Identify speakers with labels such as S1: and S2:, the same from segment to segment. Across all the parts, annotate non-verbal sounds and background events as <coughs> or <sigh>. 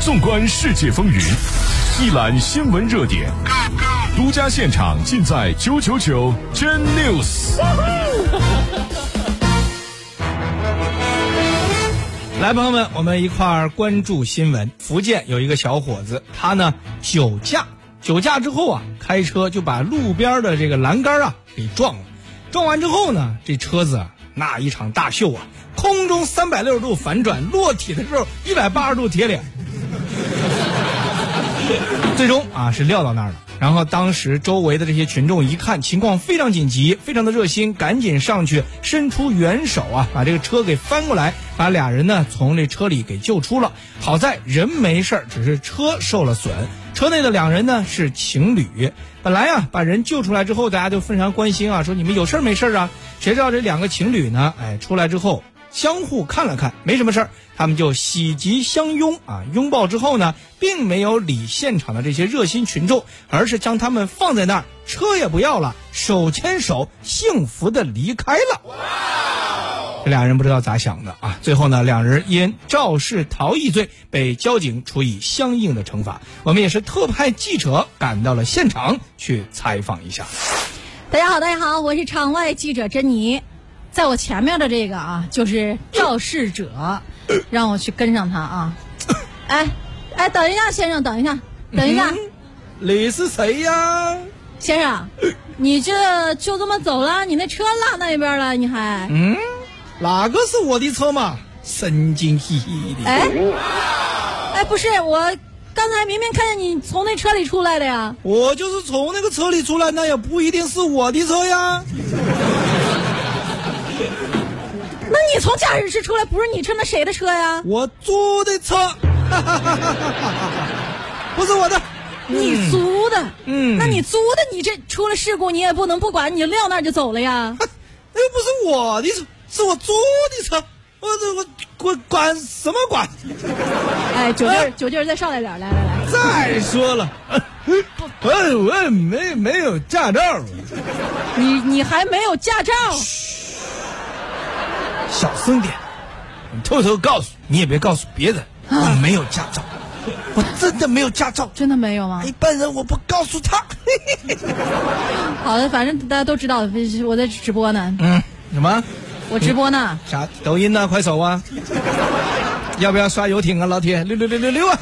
S1: 纵观世界风云，一览新闻热点，独家现场尽在九九九 Gen News。
S2: 来，朋友们，我们一块儿关注新闻。福建有一个小伙子，他呢酒驾，酒驾之后啊，开车就把路边的这个栏杆啊给撞了。撞完之后呢，这车子啊，那一场大秀啊，空中三百六十度反转，落体的时候一百八十度贴脸，最终啊是撂到那儿了。然后当时周围的这些群众一看情况非常紧急，非常的热心，赶紧上去伸出援手啊，把这个车给翻过来，把俩人呢从这车里给救出了。好在人没事儿，只是车受了损。车内的两人呢是情侣，本来啊把人救出来之后，大家就非常关心啊，说你们有事儿没事儿啊？谁知道这两个情侣呢，哎出来之后相互看了看，没什么事儿，他们就喜极相拥啊！拥抱之后呢，并没有理现场的这些热心群众，而是将他们放在那儿，车也不要了，手牵手幸福的离开了。这俩人不知道咋想的啊！最后呢，两人因肇事逃逸罪被交警处以相应的惩罚。我们也是特派记者赶到了现场去采访一下。
S3: 大家好，大家好，我是场外记者珍妮，在我前面的这个啊，就是肇事
S2: <coughs>
S3: 者，让我去跟上他啊。哎，哎，等一下，先生，等一下，等一下，
S2: 嗯你是谁呀？
S3: 先生，你这就这么走了？你那车落那边了？你还？
S2: 嗯，哪个是我的车嘛？神经兮兮的。
S3: 哎，哎，不是，我刚才明明看见你从那车里出来的呀。
S2: 我就是从那个车里出来，那也不一定是我的车呀。
S3: 那你从驾驶室出来，不是你车，那谁的车呀？
S2: 我租的车， <laughs> 不是我的。
S3: 你租的，
S2: 嗯
S3: 那你租的，你这出了事故，你也不能不管，你就撂那儿就走了呀？
S2: 那又不是我的车，是我租的车。我我我管什么管？
S3: 哎，九劲
S2: 哎
S3: 儿，九劲儿，再上来点儿，来来来，
S2: 再说了，我我也没没有驾照，
S3: 你你还没有驾照，
S2: 小声点。你偷偷告诉你，也别告诉别人，我没有驾照，我真的没有驾照。
S3: 真的没有吗
S2: 一？般人我不告诉他。
S3: 哎好的，反正大家都知道，我在直播呢，
S2: 嗯，什么？
S3: 我直播呢，
S2: 啥？抖音呐、快手啊？要不要刷游艇啊，老铁？六六六六六啊！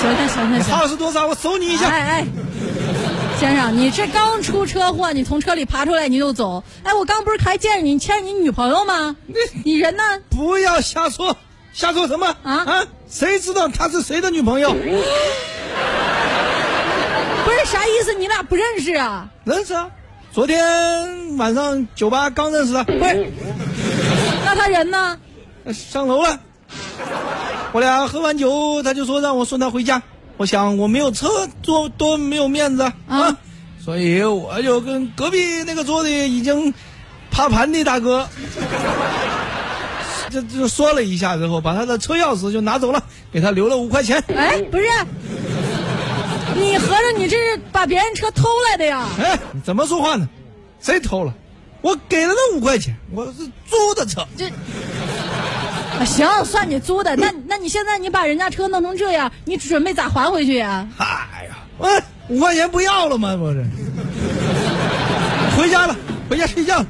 S3: 行行行行
S2: 你
S3: 行，
S2: 号是多少？我搜你一下。
S3: 哎哎。先生，你这刚出车祸，你从车里爬出来你就走，哎，我刚不是还见着你，你牵着你女朋友吗？你人呢？
S2: 不要瞎说，瞎说什么
S3: 啊
S2: 谁知道她是谁的女朋友？
S3: 不是啥意思，你俩不认识啊？
S2: 认识啊，昨天晚上酒吧刚认识啊的，
S3: 不是，那他人呢？
S2: 上楼了。我俩喝完酒，他就说让我送她回家。我想我没有车，多多没有面子啊
S3: 啊
S2: 所以我就跟隔壁那个桌的已经趴盘的大哥， <laughs> 这就说了一下之后，把他的车钥匙就拿走了，给他留了五块钱。
S3: 哎，不是，你合着你这是把别人车偷来的呀？
S2: 哎，你怎么说话呢？谁偷了？我给了他五块钱，我是租的车。
S3: 这、啊、行，算你租的。那那你现在你把人家车弄成这样，你准备咋还回去呀、
S2: 哎呀，我五块钱不要了吗？我这回家了，回家睡觉了。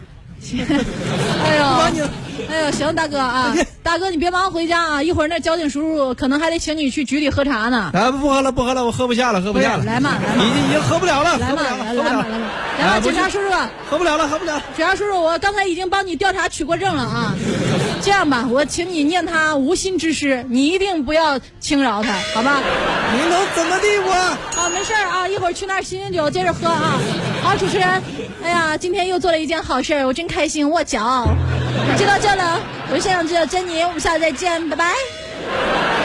S3: 哎
S2: 不管你
S3: 呦
S2: 了，
S3: 哎呦，行，大哥啊，大哥你别忙回家啊，一会儿那交警叔叔可能还得请你去局里喝茶呢。
S2: 啊，不喝了，不喝了，我喝不下了，喝不下了。
S3: 不是来嘛来嘛
S2: 已经已经喝不了了，
S3: 来
S2: 喝
S3: 嘛，
S2: 不了
S3: 来
S2: 了，喝
S3: 来嘛，
S2: 不
S3: 来
S2: 了
S3: 嘛
S2: 了，
S3: 来
S2: 啊
S3: 嘛，
S2: 不
S3: 警察
S2: 是
S3: 叔叔。
S2: 喝不了了，喝不了了。
S3: 警察叔叔，我刚才已经帮你调查取过证了啊。这样吧，我请你念他无心之失，你一定不要轻饶他，好吧？
S2: 您能怎么地我？
S3: 啊，没事儿啊，一会儿去那儿醒醒酒，接着喝啊。好，主持人，哎呀，今天又做了一件好事儿，我真开心，我骄傲。知道这了，我是现场记者珍妮，我们下次再见，拜拜。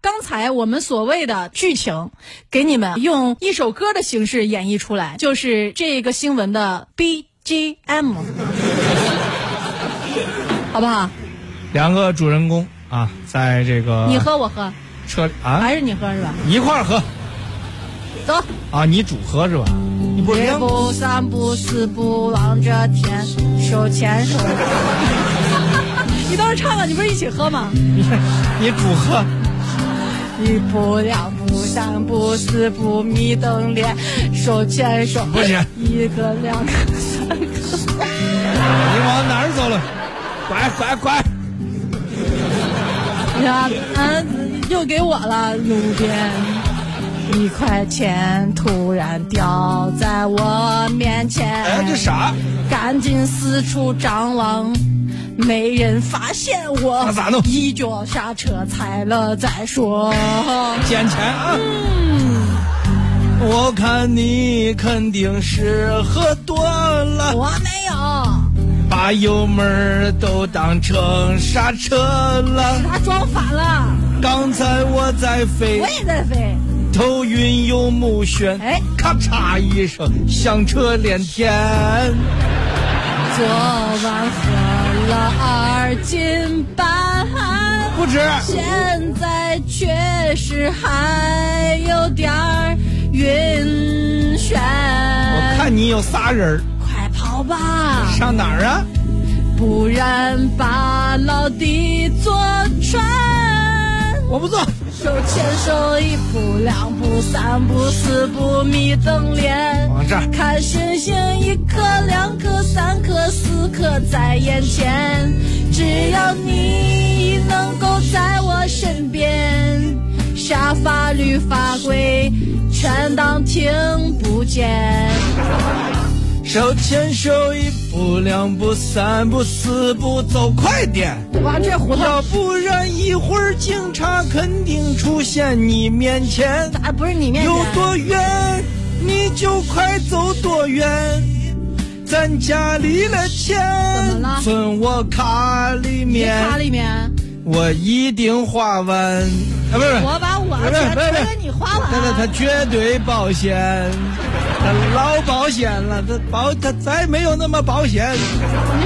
S3: 刚才我们所谓的剧情，给你们用一首歌的形式演绎出来，就是这个新闻的 BGM，好不好？
S2: 两个主人公啊，在这个
S3: 你喝我哎喝，
S2: 车里啊
S3: 还是你喝是吧？
S2: 一块儿喝
S3: 走。
S2: 啊，你主喝是吧？你不是
S3: 一不三不四不望着天，手牵手。 <laughs> 你倒是唱啊，你不是一起喝吗？
S2: 你主喝，
S3: 你不亮不闪不死不迷瞪脸，手牵手
S2: 不是
S3: 一个两
S2: <laughs>
S3: 个哎三个。
S2: 你往哪儿走了？拐拐拐！
S3: 你看，啊，又给我了，路边。一块钱突然掉在我面前，
S2: 哎，这啥？
S3: 赶紧四处张望，没人发现我。
S2: 那咋弄
S3: 一脚刹车踩了再说。 <laughs>
S2: 捡钱啊！
S3: 嗯
S2: 我看你肯定是喝多了，
S3: 我没有，
S2: 把油门儿都当成刹车了。
S3: 他装反了，
S2: 刚才我在飞
S3: 我，也在飞。
S2: 头晕又目眩，
S3: 哎
S2: 咔嚓一声，响彻连天。
S3: 昨晚喝了二斤半，
S2: 不止，
S3: 现在确实还有点儿晕眩。
S2: 我看你有仨人儿，
S3: 快跑吧！
S2: 上哪儿啊？
S3: 不然把老底坐穿。
S2: 我不坐。
S3: 手牵手，一步两步三步四步，迷瞪脸。
S2: 往这儿
S3: 看星星，一颗两颗三颗四颗在眼前。只要你能够在我身边，啥法律法规全当听不见。
S2: 手牵手，一步两步三步四步，走快点，
S3: 哇，这胡同
S2: 要不然一会儿警察肯定出现你面前。
S3: 啊，不是你面前
S2: 有。多远，你就快走多远。咱家里的钱
S3: 怎么了
S2: 存我卡里
S3: 你
S2: 面，
S3: 卡里面，
S2: 我一定花完。啊，不是，
S3: 我把我的钱全给你花啊完。
S2: 他他他绝对保险，他老保险了，他保他再没有那么保险
S3: 你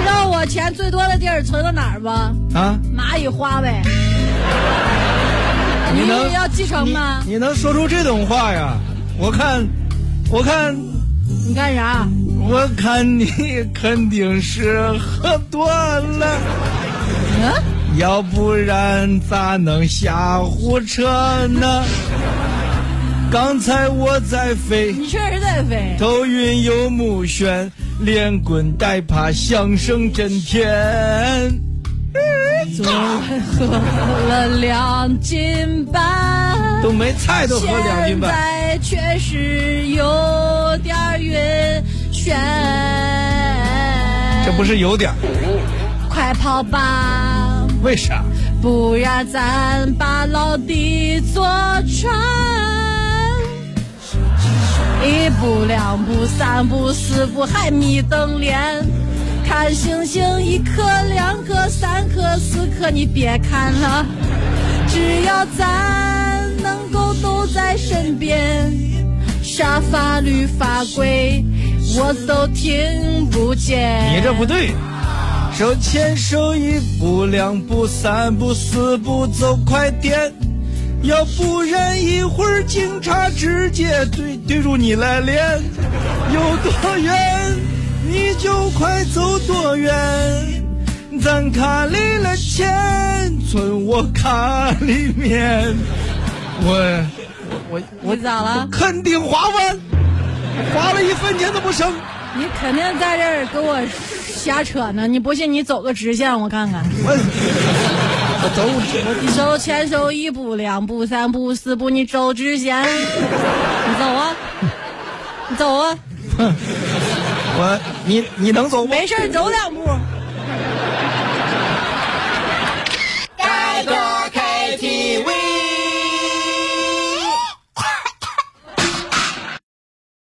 S3: 知道我钱最多的地儿存到哪儿吗？
S2: 啊！
S3: 蚂蚁花呗。
S2: <laughs> 你
S3: 你
S2: 能
S3: 要继承吗？
S2: 你能说出这种话呀？我看，我看，
S3: 你干啥？
S2: 我看你肯定是喝多了。
S3: 嗯，
S2: 要不然咋能下火车呢？刚才我在飞，
S3: 你确实在飞。
S2: 头晕又目眩，连滚带爬，响声震天。
S3: 昨晚喝了两斤半，
S2: 都没菜都喝两斤
S3: 现
S2: 半，
S3: 在确实有点儿晕眩。
S2: 这不是有点儿？
S3: 快跑吧！
S2: 为啥？
S3: 不然咱把老底坐穿。一步两步三步四步还迷瞪脸，看星星一颗两颗三颗四颗你别看了，只要咱能够都在身边，啥法律法规我都听不见。
S2: 你这不对。手牵手，一步两步三步四步走快点，要不然一会儿警察直接对对住你来脸。有多远，你就快走多远。咱卡里的钱存我卡里面，我我
S3: 你咋了？
S2: 肯定花完，花了一分钱都不剩。
S3: 你肯定在这儿跟我瞎扯呢！你不信，你走个直线，我看看。
S2: 我我走，我
S3: 你手牵手一步两步三步四步，你走直线。你走啊，你走啊，
S2: 我你你能走吗？
S3: 没事儿走两步。